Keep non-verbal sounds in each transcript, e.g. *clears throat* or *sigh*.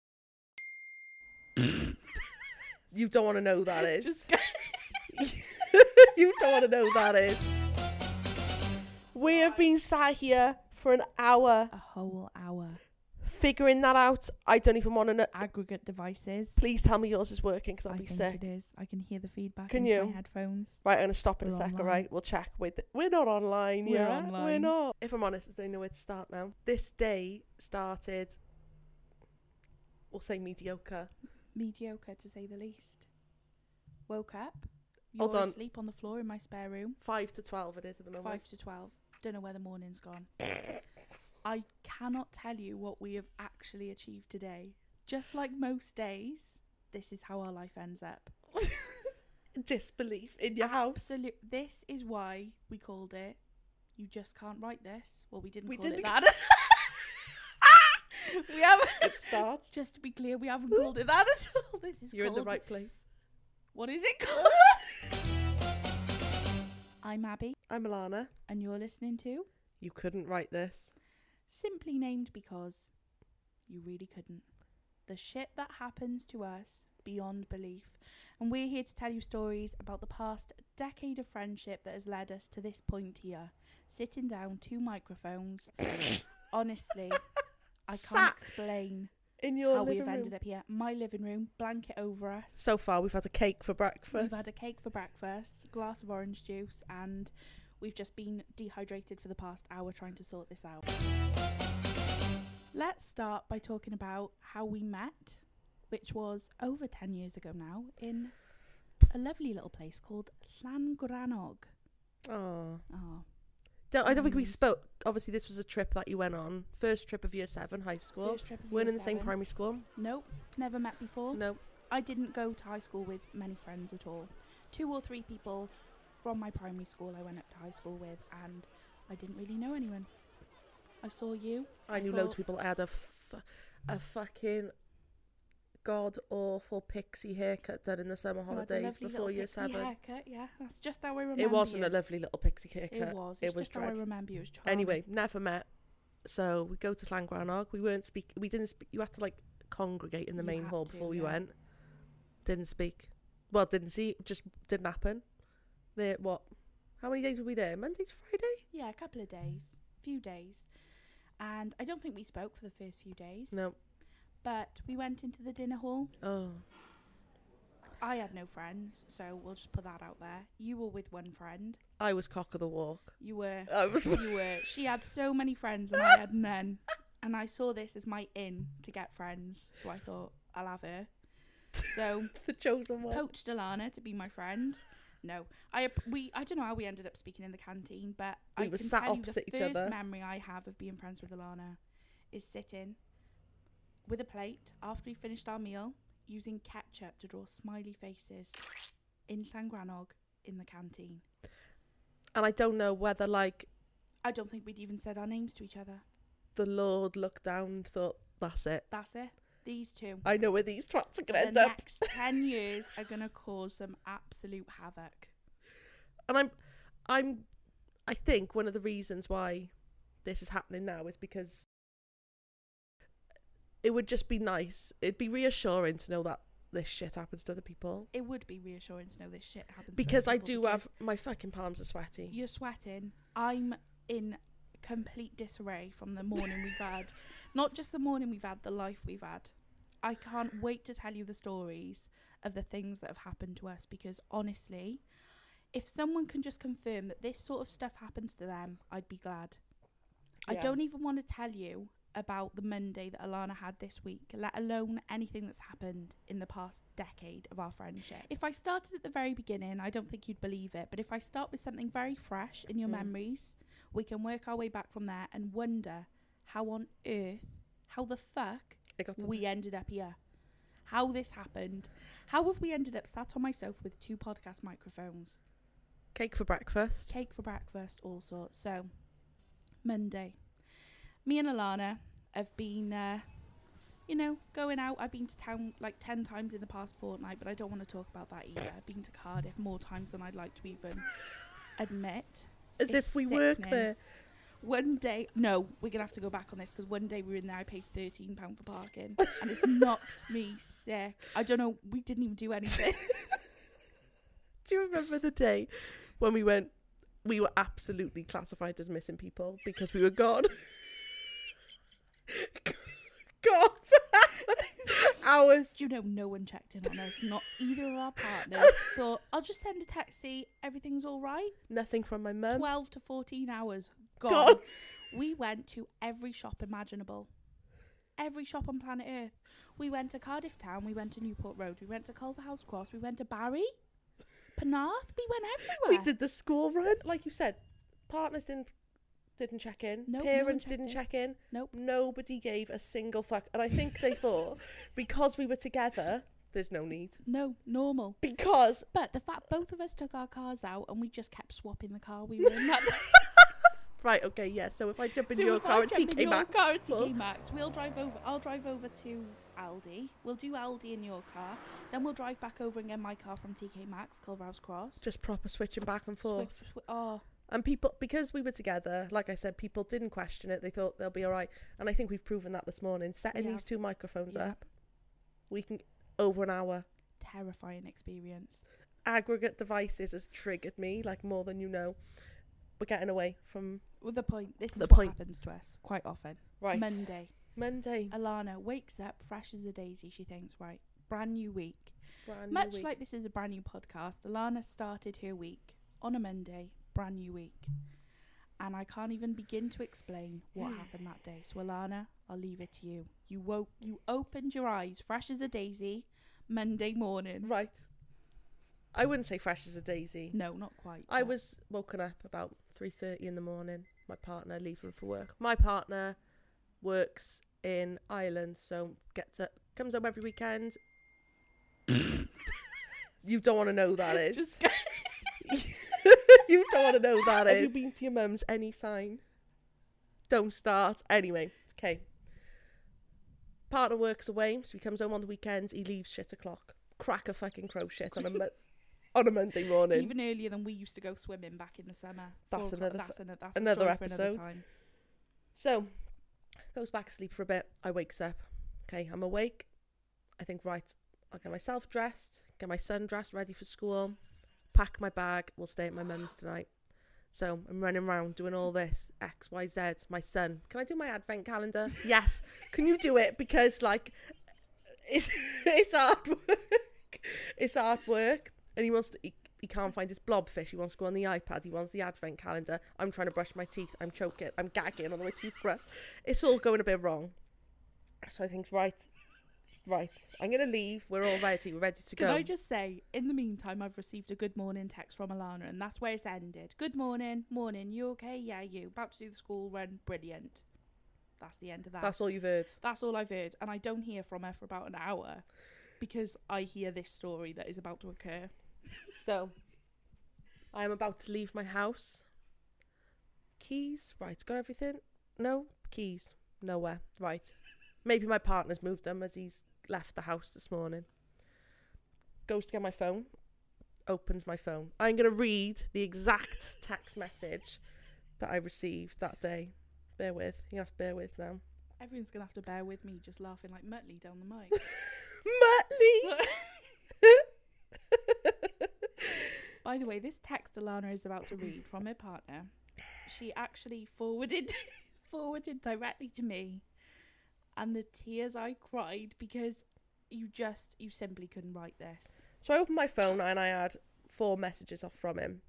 *laughs* you don't want to know who that is. *laughs* you don't want to know who that is. We have been sat here for an hour A whole hour. figuring that out. I don't even want to know. Aggregate devices. Please tell me yours is working because I'll I be think sick. it is. I can hear the feedback Can in you? my headphones. Right, I'm gonna stop in a We're sec. All online. right, we'll check. With we're not online. We're yeah, we're online. not. If I'm honest, I don't know where to start now. This day started. We'll say mediocre. Mediocre to say the least. Woke up. You're Hold on. asleep on the floor in my spare room. Five to twelve it is at the moment. Five to twelve. Don't know where the morning's gone. I cannot tell you what we have actually achieved today. Just like most days, this is how our life ends up. *laughs* Disbelief in *laughs* your house. Absolute. This is why we called it. You just can't write this. Well, we didn't We call didn't- it that. *laughs* we haven't. It starts. Just to be clear, we haven't called it that at all. This is You're in called the right place. What is it called? *laughs* I'm Abby, I'm Alana. and you're listening to You couldn't write this. Simply Named Because You Really Couldn't. The shit that happens to us beyond belief. And we're here to tell you stories about the past decade of friendship that has led us to this point here. Sitting down, two *laughs* microphones. Honestly, I can't Sat explain *laughs* in your how living we've ended room. up here. My living room, blanket over us. So far, we've had a cake for breakfast. We've had a cake for breakfast, glass of orange juice, and we've just been dehydrated for the past hour trying to sort this out. Let's start by talking about how we met, which was over 10 years ago now, in a lovely little place called Llangranog. Aw. Oh, Don't, I don't think we Mm. spoke. Obviously, this was a trip that you went on. First trip of year seven, high school. first trip of Weren't year in the same seven. Oh. primary school. Nope, never met before. No. I didn't go to high school with many friends at all. Two or three people from my primary school I went up to high school with, and I didn't really know anyone. I saw you. I knew loads of people that had a, f- a fucking god awful pixie haircut done in the summer You Oh, had a holidays lovely before little year pixie seven. Haircut, yeah, that's just how I remember. It wasn't you. a lovely little pixie haircut. It was. it It's was just how I dreadful. remember you. It was charming. Anyway, never met. So we go to Llangranog. We weren't speak. We didn't speak. You had to like congregate in the You main had hall to, before we yeah. went. Didn't speak. Well, didn't see. Just didn't happen. There. What? How many days were we there? Monday to Friday? yeah, a couple of days, few days, and I don't think we spoke for the first few days. No. but we went into the dinner hall. Oh. I had no friends, so we'll just put that out there. You were with one friend. I was cock of the walk. You were. *laughs* I was. *laughs* you were. She had so many friends and I had none. And I saw this as my in to get friends. So I thought, I'll have her. *laughs* So the chosen one. poached Alana to be my friend. No, I ap- we I don't know how we ended up speaking in the canteen, but We I were can sat tell opposite you each the first other. memory I have of being friends with Alana is sitting with a plate after we finished our meal, using ketchup to draw smiley faces in Llangranog in the canteen. And I don't know whether like I don't think we'd even said our names to each other. the Lord looked down and thought, "That's it. That's it. These two. I know where these twats are gonna the end up." next *laughs* 10 years are going to cause some absolute havoc. and I'm, I'm, I think one of the reasons why this is happening now is because it would just be nice. It'd be reassuring to know that this shit happens to other people It would be reassuring to know this shit happens. to other because I people do because have my fucking palms are sweaty. You're sweating. I'm in complete disarray from the morning we've *laughs* had. Not just the morning we've had, the life we've had. I can't wait to tell you the stories of the things that have happened to us because honestly, if someone can just confirm that this sort of stuff happens to them, I'd be glad. I Yeah. don't even want to tell you about the Monday that Alana had this week, let alone anything that's happened in the past decade of our friendship. If I started at the very beginning, I don't think you'd believe it, but if I start with something very fresh in your Mm. memories, we can work our way back from there and wonder how on earth, how the fuck I got to we ended up here. How this happened. How have we ended up sat on my sofa with two podcast microphones? cake for breakfast. cake for breakfast, all sorts. So, Monday, me and Alana have been, uh, you know, going out. I've been to town like 10 times in the past fortnight, but I don't want to talk about that either. I've been to Cardiff more times than I'd like to even admit. As It's if we work sickening. there. One day, no, we're gonna have to go back on this because one day we were in there. I paid thirteen pound for parking, and it's knocked me sick. I don't know. We didn't even do anything. *laughs* Do you remember the day when we went? We were absolutely classified as missing people because we were gone. *laughs* gone *laughs* for hours. Do you know, no one checked in on us. Not either of our partners thought, "I'll just send a taxi. Everything's all right." Nothing from my mum. Twelve to fourteen hours gone. Um, Gone. *laughs* We went to every shop imaginable. Every shop on planet Earth. We went to Cardiff Town, we went to Newport Road, we went to Culver House Cross, we went to Barry, Penarth, we went We everywhere. did the school run, like you said. Partners didn't didn't check in. Nope, no one Parents checked didn't in. check in. Nope. Nobody gave a single fuck. And I think they *laughs* thought because we were together, there's no need. No, normal. *laughs* Because But the fact both of us took our cars out and we just kept swapping the car we *laughs* were in that right, okay, yeah. So if I jump in So your if I car at jump in TK your Maxx, car at well, TK Maxx, we'll drive over. I'll drive over to Aldi. We'll do Aldi in your car. Then we'll drive back over and get my car from TK Maxx, Culverhouse Cross. just proper switching back and forth. Swift- swi- oh, And people, because we were together, like I said, people didn't question it. They thought they'll be all right. And I think we've proven that this morning. Setting Yeah. these two microphones Yeah. up, we can over an hour. terrifying experience. Aggregate devices has triggered me like more than you know. We're getting away from Well, the point. This The is what point. happens to us quite often. right Monday, Monday. Alana wakes up fresh as a daisy. She thinks, right, brand new week. Brand new Much week. like this is a brand new podcast, Alana started her week on a Monday, brand new week. And I can't even begin to explain *sighs* what happened that day. So, Alana, I'll leave it to you. You woke, you opened your eyes fresh as a daisy Monday morning. right. I wouldn't say fresh as a daisy. No, not quite. I but was woken up about three thirty in the morning. My partner leaving for work. My partner works in Ireland, so gets up, comes home every weekend. *laughs* you don't want to know that is. *laughs* Just you don't want to know that is. Have you is. been to your mum's? Any sign? Don't start. Anyway, okay. Partner works away, so he comes home on the weekends. He leaves shit o'clock. Crack a fucking crow shit on a mon- *laughs* on a Monday morning. even earlier than we used to go swimming back in the summer. That's Four o'clock- another That's, ano- that's another another episode. For another episode. time. So, goes back to sleep for a bit. I wakes up. Okay, I'm awake. I think right. I'll get myself dressed, get my son dressed, ready for school, pack my bag. We'll stay at my mum's tonight. So I'm running around doing all this X, Y, Z. My son, can I do my advent *laughs* calendar? yes. Can you do it? Because like, *laughs* it's it's hard work. It's hard work, and he wants to. He, he can't find his blobfish. He wants to go on the iPad. He wants the advent calendar. I'm trying to brush my teeth. I'm choking. I'm gagging on the way to toothbrush. It's all going a bit wrong. So I think right, right. I'm gonna leave. We're all ready. We're ready to Can go. I just say, in the meantime, I've received a good morning text from Alana, and that's where it's ended. Good morning, morning. You okay? Yeah, you. About to do the school run. Brilliant. That's the end of that. That's, That's all you've heard. all I've heard, and I don't hear from her for about an hour because I hear this story that is about to occur. So, I am about to leave my house. Keys, right, got everything? No, keys, nowhere, right. Maybe my partner's moved them as he's left the house this morning. Goes to get my phone, opens my phone. I'm going to read the exact text message that I received that day. Bear with, you have to bear with now. Everyone's gonna have to bear with me just laughing like Muttley down the mic. *laughs* *laughs* Muttley! *laughs* By the way, this text Alana is about to read from her partner, she actually forwarded *laughs* forwarded directly to me, and the tears I cried because you just you simply couldn't write this. So I opened my phone and I had four messages off from him.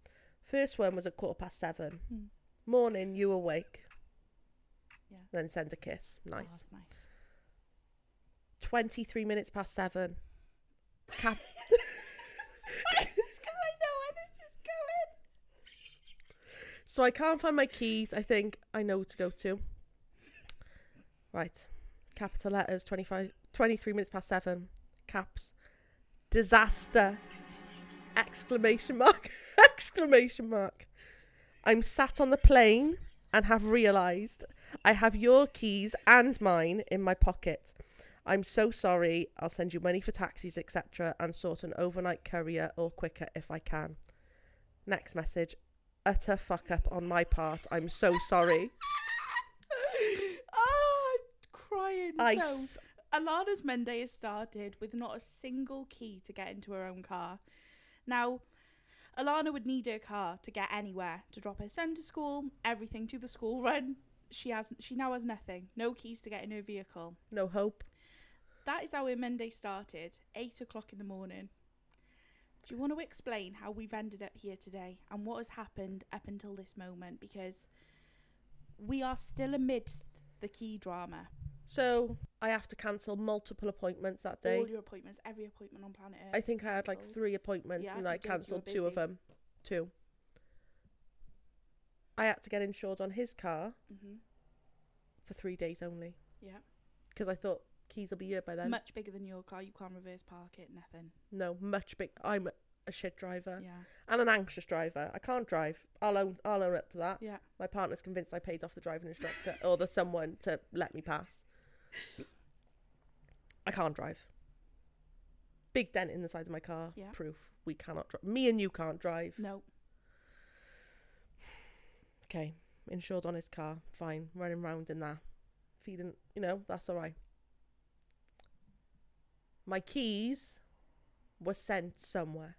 First one was at quarter past seven. Mm. Morning, you awake. Yeah. Then send a kiss. Oh, Nice. that's nice. 23 minutes past seven. Cap- *laughs* It's 'cause I know where this is going. so I can't find my keys. I think I know to go to. Right. Capital letters, 25, 23 minutes past seven. Caps. Disaster. Exclamation mark. *laughs* Exclamation mark. I'm sat on the plane and have realised I have your keys and mine in my pocket. I'm so sorry. I'll send you money for taxis, etc., and sort an overnight courier or quicker if I can. Next message utter fuck up on my part. I'm so sorry. *laughs* oh, I'm crying. I So, s- Alana's Monday has started with not a single key to get into her own car. Now, Alana would need her car to get anywhere, to drop her son to school, everything to the school run. She has she now has nothing, no keys to get in her vehicle. no hope. That is how her Monday started, eight o'clock in the morning. Do you want to explain how we've ended up here today and what has happened up until this moment? Because we are still amidst the key drama. So I have to cancel multiple appointments that day. All your appointments, every appointment on planet Earth. I think I had like cancelled. three appointments Yeah, and I you did, you were cancelled two of busy. them. Two. I had to get insured on his car mm-hmm. for three days only Yeah. because I thought keys will be here by then. Much bigger than your car. You can't reverse park it, nothing. no, much big. I'm a shit driver Yeah. and an anxious driver. I can't drive. I'll own. I'll own up to that. Yeah. My partner's convinced I paid off the driving instructor or the someone to let me pass. I can't drive. Big dent in the side of my car. Yeah. Proof we cannot drive. Me and you can't drive. No. Okay, insured on his car, fine, running round in that, feeding, you know, that's all right. My keys were sent somewhere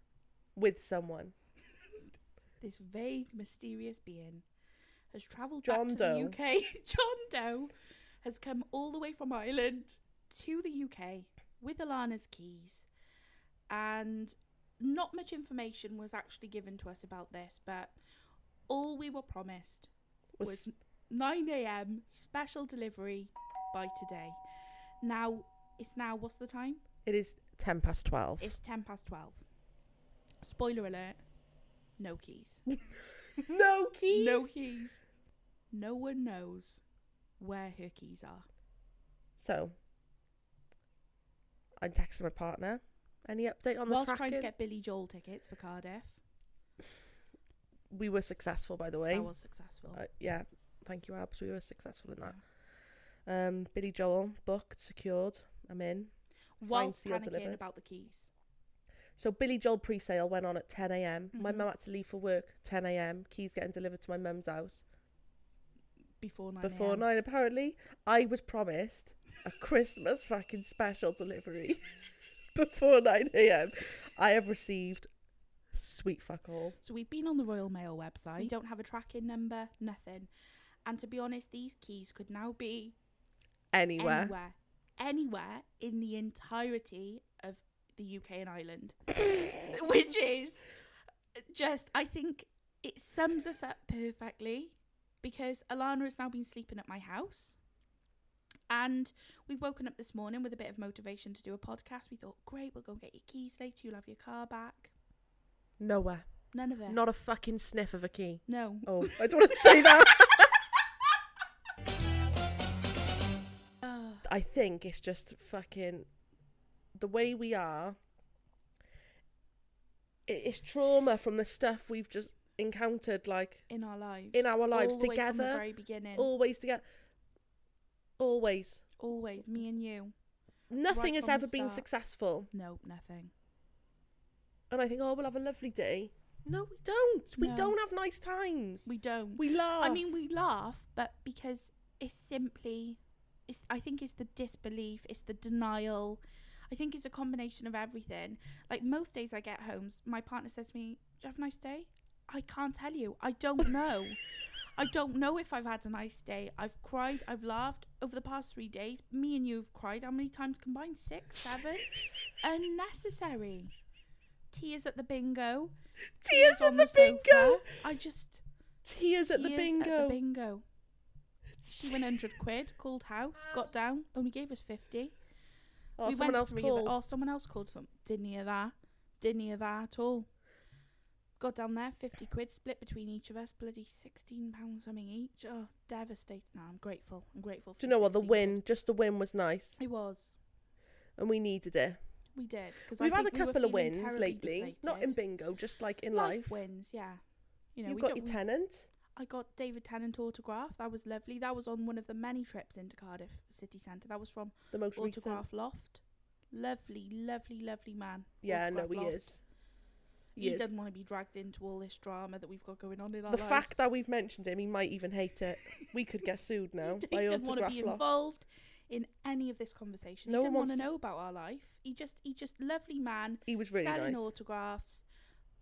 with someone. This vague, mysterious being has travelled John back to Doe. the UK. *laughs* John Doe has come all the way from Ireland to the UK with Alana's keys, and not much information was actually given to us about this, but all we were promised Was, was 9 a.m. special delivery by today. Now it's now what's the time? it is ten past twelve. It's 10 past 12. Spoiler alert. No keys. *laughs* no keys. No keys. No one knows where her keys are. So I'm texting my partner. Any update on the Whilst trying to tracking? get Billy Joel tickets for Cardiff, We were successful, by the way. I was successful. Uh, yeah, thank you, Abs. We were successful in that. Um, Billy Joel booked, secured. I'm in. Whilst sealed, panicking delivered. about the keys. So Billy Joel pre-sale went on at 10 a.m. My Mhm. mum had to leave for work 10 a.m. Keys getting delivered to my mum's house Before 9 before nine. Apparently, I was promised a Christmas fucking special delivery *laughs* before 9 a.m. I have received sweet fuck all. So we've been on the Royal Mail website. Mm. We don't have a tracking number, nothing. And to be honest, these keys could now be Anywhere. anywhere, anywhere in the entirety of the UK and *coughs* Ireland, *laughs* which is just, I think it sums us up perfectly because Alana has now been sleeping at my house. And we've woken up this morning with a bit of motivation to do a podcast. We thought, great, we'll go and get your keys later. You'll have your car back. Nowhere. None of it. Not a fucking sniff of a *laughs* key. no. Oh, I don't want to say that. Ah, I think it's just fucking the way we are. it- It's trauma from the stuff we've just encountered, like in our lives. in our lives All the way from the together. very beginning. always together. Always. Always. Me and you. Right Nothing has from ever the been start. successful. No, nothing. And I think, oh, we'll have a lovely day. No, we don't. We No. don't have nice times. We don't. We laugh. I mean, we laugh, but because it's simply, it's. I think it's the disbelief, it's the denial. I think it's a combination of everything. Like most days I get home, s- my partner says to me, "Do you have a nice day?" I can't tell you. I *laughs* don't know. I don't know if I've had a nice day. I've cried. I've laughed over the past three days. Me and you have cried. How many times combined? *laughs* Six, seven. Unnecessary. Tears at the bingo. Tears at on the, sofa. bingo. I just Tears at the tears bingo. bingo. She went 100 quid, called house, got down, only gave us 50. Oh, we someone went else three called. Of it. Oh, someone else called them. Didn't hear that. Didn't hear that at all. Got down there, 50 quid split between each of us, bloody 16 pounds something each. Oh, devastated. Nah, I'm grateful. I'm grateful for Do you know what? The 16 quid. win, just the win was nice. It was. And we needed it. We did. Cause I We've had a think we were couple of feeling wins terribly lately. Not in deflated. bingo, just like in life. life. wins, yeah. You You know, we have got don't- your we- tenant. I got David Tennant autograph. That was lovely. That was on one of the many trips into Cardiff city centre. That was from The most recent. Autograph Loft. Lovely, lovely, lovely man. Yeah, no, Autograph he Loft. is. He years. doesn't want to be dragged into all this drama that we've got going on in our The lives. fact that we've mentioned him, he might even hate it. We could get sued now *laughs* he by didn't want to autograph be law. involved in any of this conversation. No he one didn't want to wants to- know about our life. He just, he just, lovely man, He was really selling nice. autographs.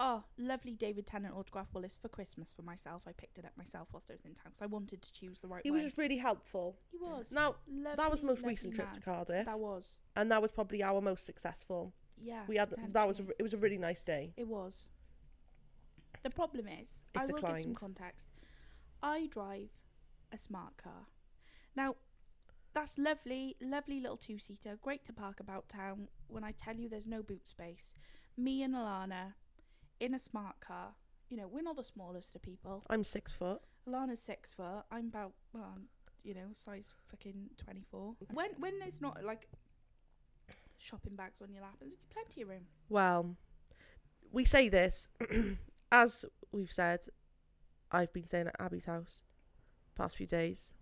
Oh, lovely David Tennant autograph. Well, it's for Christmas for myself. I picked it up myself whilst I was in town because I wanted to choose the right He one. was just really helpful. he was. Now, lovely, that was the most lovely recent trip to man. Cardiff, That was. and that was probably our most successful. Yeah. We had that was a, potentially. it was a really nice day. It was. The problem is, It I will give some declined. context. I drive a smart car. Now, that's lovely, lovely little two seater, great to park about town. When I tell you there's no boot space, me and Alana in a smart car, you know, we're not the smallest of people. I'm six foot. Alana's six foot, I'm about, well, I'm, you know, size fucking 24. When, when there's not like shopping bags on your lap, there's plenty of room. Well, we say this *clears throat* as we've said. I've been staying at Abby's house past few days.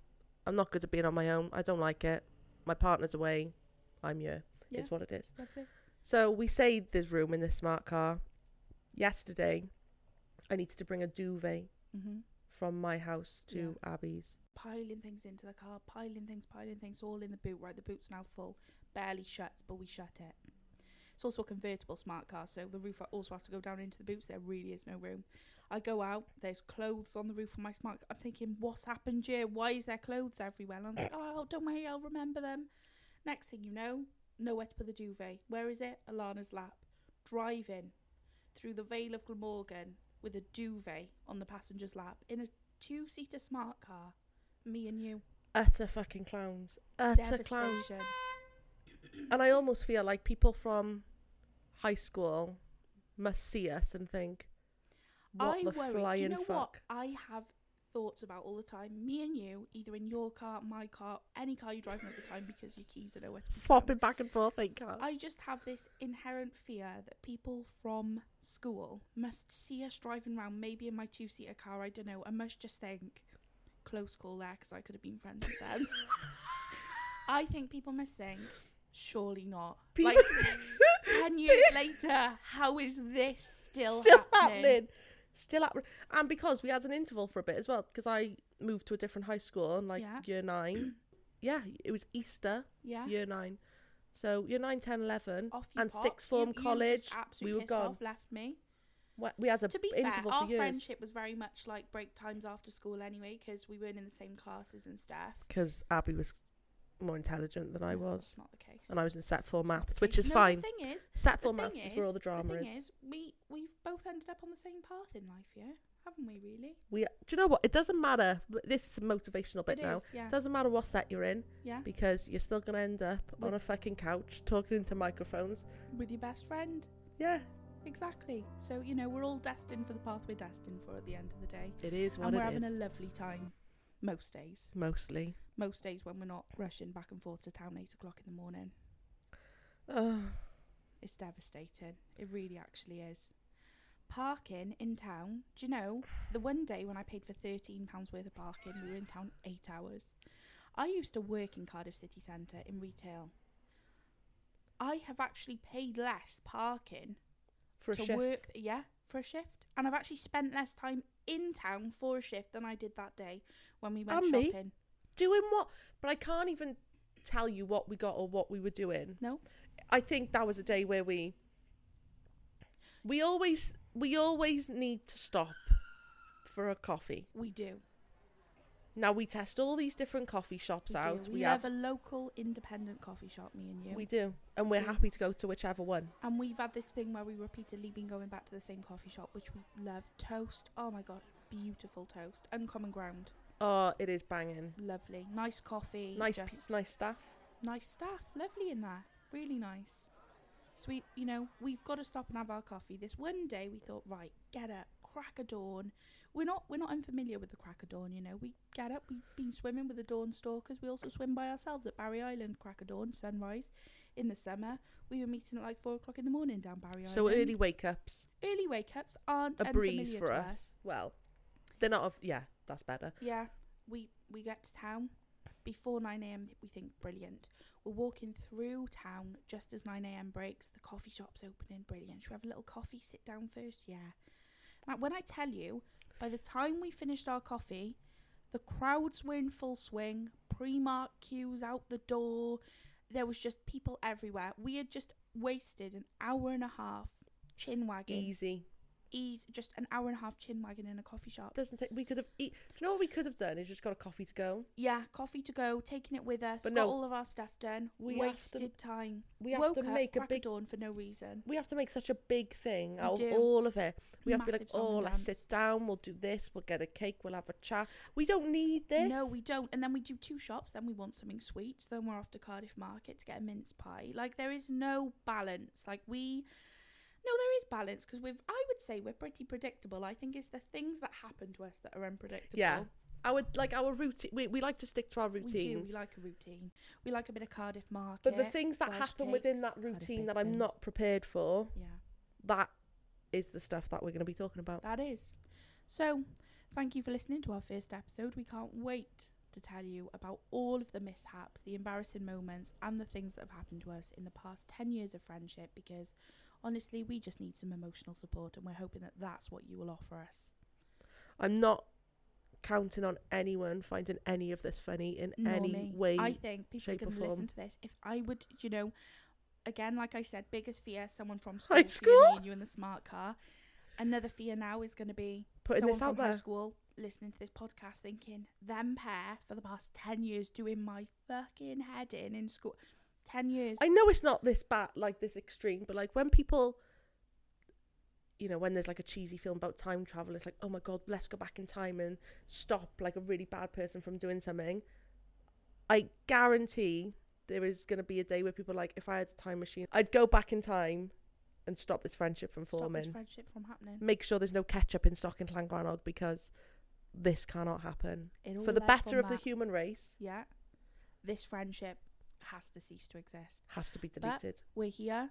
I'm not good at being on my own. I don't like it. My partner's away. I'm here. Yeah. It's what it is. Lovely. So we say there's room in this smart car. Yesterday, I needed to bring a duvet Mm-hmm. from my house to Abby's. piling things into the car, piling things, piling things, all in the boot, right? The boot's now full, barely shuts, but we shut it. It's also a convertible smart car, so the roof also has to go down into the boots. There really is no room. I go out, there's clothes on the roof of my smart car. I'm thinking, what's happened here? Why is there clothes everywhere? And I'm like, oh, don't worry, I'll remember them. Next thing you know, nowhere to put the duvet. Where is it? Alana's lap. Driving through the Vale of Glamorgan with a duvet on the passenger's lap in a two seater smart car. Me and you. Utter fucking clowns. Utter clowns. Devastation. And I almost feel like people from high school must see us and think, what I the worry. flying Do you know fuck? what? I have thoughts about all the time. Me and you, either in your car, my car, any car you're driving at the time, because your keys are nowhere to be found. Swapping back and forth in *laughs* cars. I just have this inherent fear that people from school must see us driving around, maybe in my two seater car, I don't know, and must just think, close call there, because I could have been friends with them. *laughs* I think people must think, surely not. People- Like *laughs* 10 years later, how is this still, still happening? happening. Still happening. And because we had an interval for a bit as well, because I moved to a different high school in like Yeah. year nine. *clears throat* yeah, it was Easter, Yeah. year nine. So year nine, ten, eleven, Off you and pop. sixth You- form you just college. absolutely were pissed gone. Off, left me. we- We had a to be fair, interval our for years. friendship was very much like break times after school anyway, because we weren't in the same classes and stuff. Because Abby was more intelligent than I No, was, That's not the case. and I was in set four That's not maths, the which case. is No, fine. The thing is, Set the four maths thing is where all the drama thing is. is, we we've both ended up on the same path in life, yeah, haven't we? Really? We, do you know what? It doesn't matter. but This is a motivational bit It now. is, yeah. It doesn't matter what set you're in yeah, because you're still gonna end up With- on a fucking couch talking into microphones. with your best friend, Yeah, exactly. So you know, we're all destined for the path we're destined for at the end of the day, it is what and we're it having is. a lovely time. Most days, Mostly. most days when we're not rushing back and forth to town eight o'clock in the morning, Oh, it's devastating. It really, actually is. Parking in town. Do you know the one day when I paid for thirteen pounds worth of parking, we were in town eight hours. I used to work in Cardiff City Centre in retail. I have actually paid less parking for a to shift. work, yeah, for a shift, and I've actually spent less time in town for a shift than I did that day when we went And me. shopping. doing what but i can't even tell you what we got or what we were doing No. i think that was a day where we we always we always need to stop for a coffee We do. now we test all these different coffee shops We, do. out we, we have have a local independent coffee shop. Me and you. we do and we're do. happy to go to whichever one And we've had this thing where we repeatedly been going back to the same coffee shop, which we love. Toast, oh my god, beautiful toast, uncommon ground, oh it is banging lovely, nice coffee, nice just pe- nice staff nice staff, lovely in there, really nice. So we, you know, we've got to stop and have our coffee. This one day we thought, right, get up, crack a dawn. We're not we're not unfamiliar with the crack a dawn, you know. We get up, we've been swimming with the dawn stalkers. We also swim by ourselves at Barry Island, crack a dawn, sunrise. In the summer, we were meeting at like four o'clock in the morning down Barry Island. so early wake ups early wake ups aren't a breeze unfamiliar for to us. well they're not of yeah that's better Yeah, we we get to town, Before 9 a.m., we think brilliant. We're walking through town just as 9 a.m. breaks. The coffee shop's opening, brilliant. Should we have a little coffee, sit down first? Yeah. Now, when I tell you, by the time we finished our coffee, the crowds were in full swing, pre mark queues out the door. There was just people everywhere. We had just wasted an hour and a half chin wagging. Easy. Ease, just an hour and a half chin wagging in a coffee shop. Doesn't take. We could have. Eat. Do you know what we could have done? Is just got a coffee to go. Yeah, coffee to go, taking it with us, But got no, all of our stuff done. we have to- wasted time. We have Woke to up, make a crack of big. dawn for no reason. We have to make such a big thing We out of do. all of it. We have to be like, Massive song oh, and let's dance. sit down. We'll do this. We'll get a cake. We'll have a chat. We don't need this. No, we don't. And then we do two shops, then we want something sweet, then we're off to Cardiff Market to get a mince pie. Like there is no balance. Like we No, there is balance because we've I would say we're pretty predictable. I think it's the things that happen to us that are unpredictable. Yeah, Our like our routine. We, we like to stick to our routines. We do. We like a routine. We like a bit of Cardiff Market. But the things that Welsh happen within cakes, that Cardiff routine baked that I'm beans. not prepared for, Yeah. that is the stuff that we're going to be talking about. That is. So, thank you for listening to our first episode. We can't wait to tell you about all of the mishaps, the embarrassing moments, and the things that have happened to us in the past 10 years of friendship because honestly, we just need some emotional support and we're hoping that that's what you will offer us. I'm not counting on anyone finding any of this funny in Nor any me. way. I think people are shape, or going to listen form. to this. If I would, you know, again, like I said, biggest fear someone from school, *laughs* High seeing me school? and you in the smart car. Another fear now is going to be Putting someone this out from high there. school listening to this podcast thinking them pair for the past 10 years doing my fucking head in in school 10 years I know it's not this bad, like this extreme, but like when people, you know, when there's like a cheesy film about time travel, it's like, oh my god, let's go back in time and stop like a really bad person from doing something. I guarantee there is going to be a day where people are like, if I had a time machine, I'd go back in time and stop this friendship from stop forming. this friendship from happening Make sure there's no ketchup in stock in Llangrannog because this cannot happen. It all For the led better from of the that. human race, yeah this friendship has to cease to exist has to be But- deleted. we're here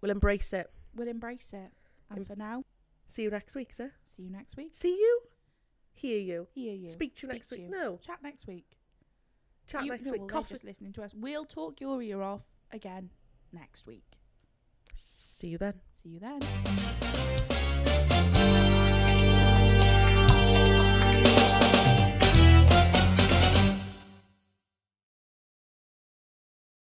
We'll embrace it. we'll embrace it and Em- for now See you next week, sir. see you next week See you, hear you, hear you speak to you next Speak week. to you. No, chat next week chat You- next no, week. well, they're Coffee. just listening to us we'll talk your ear off again next week See you then. see you then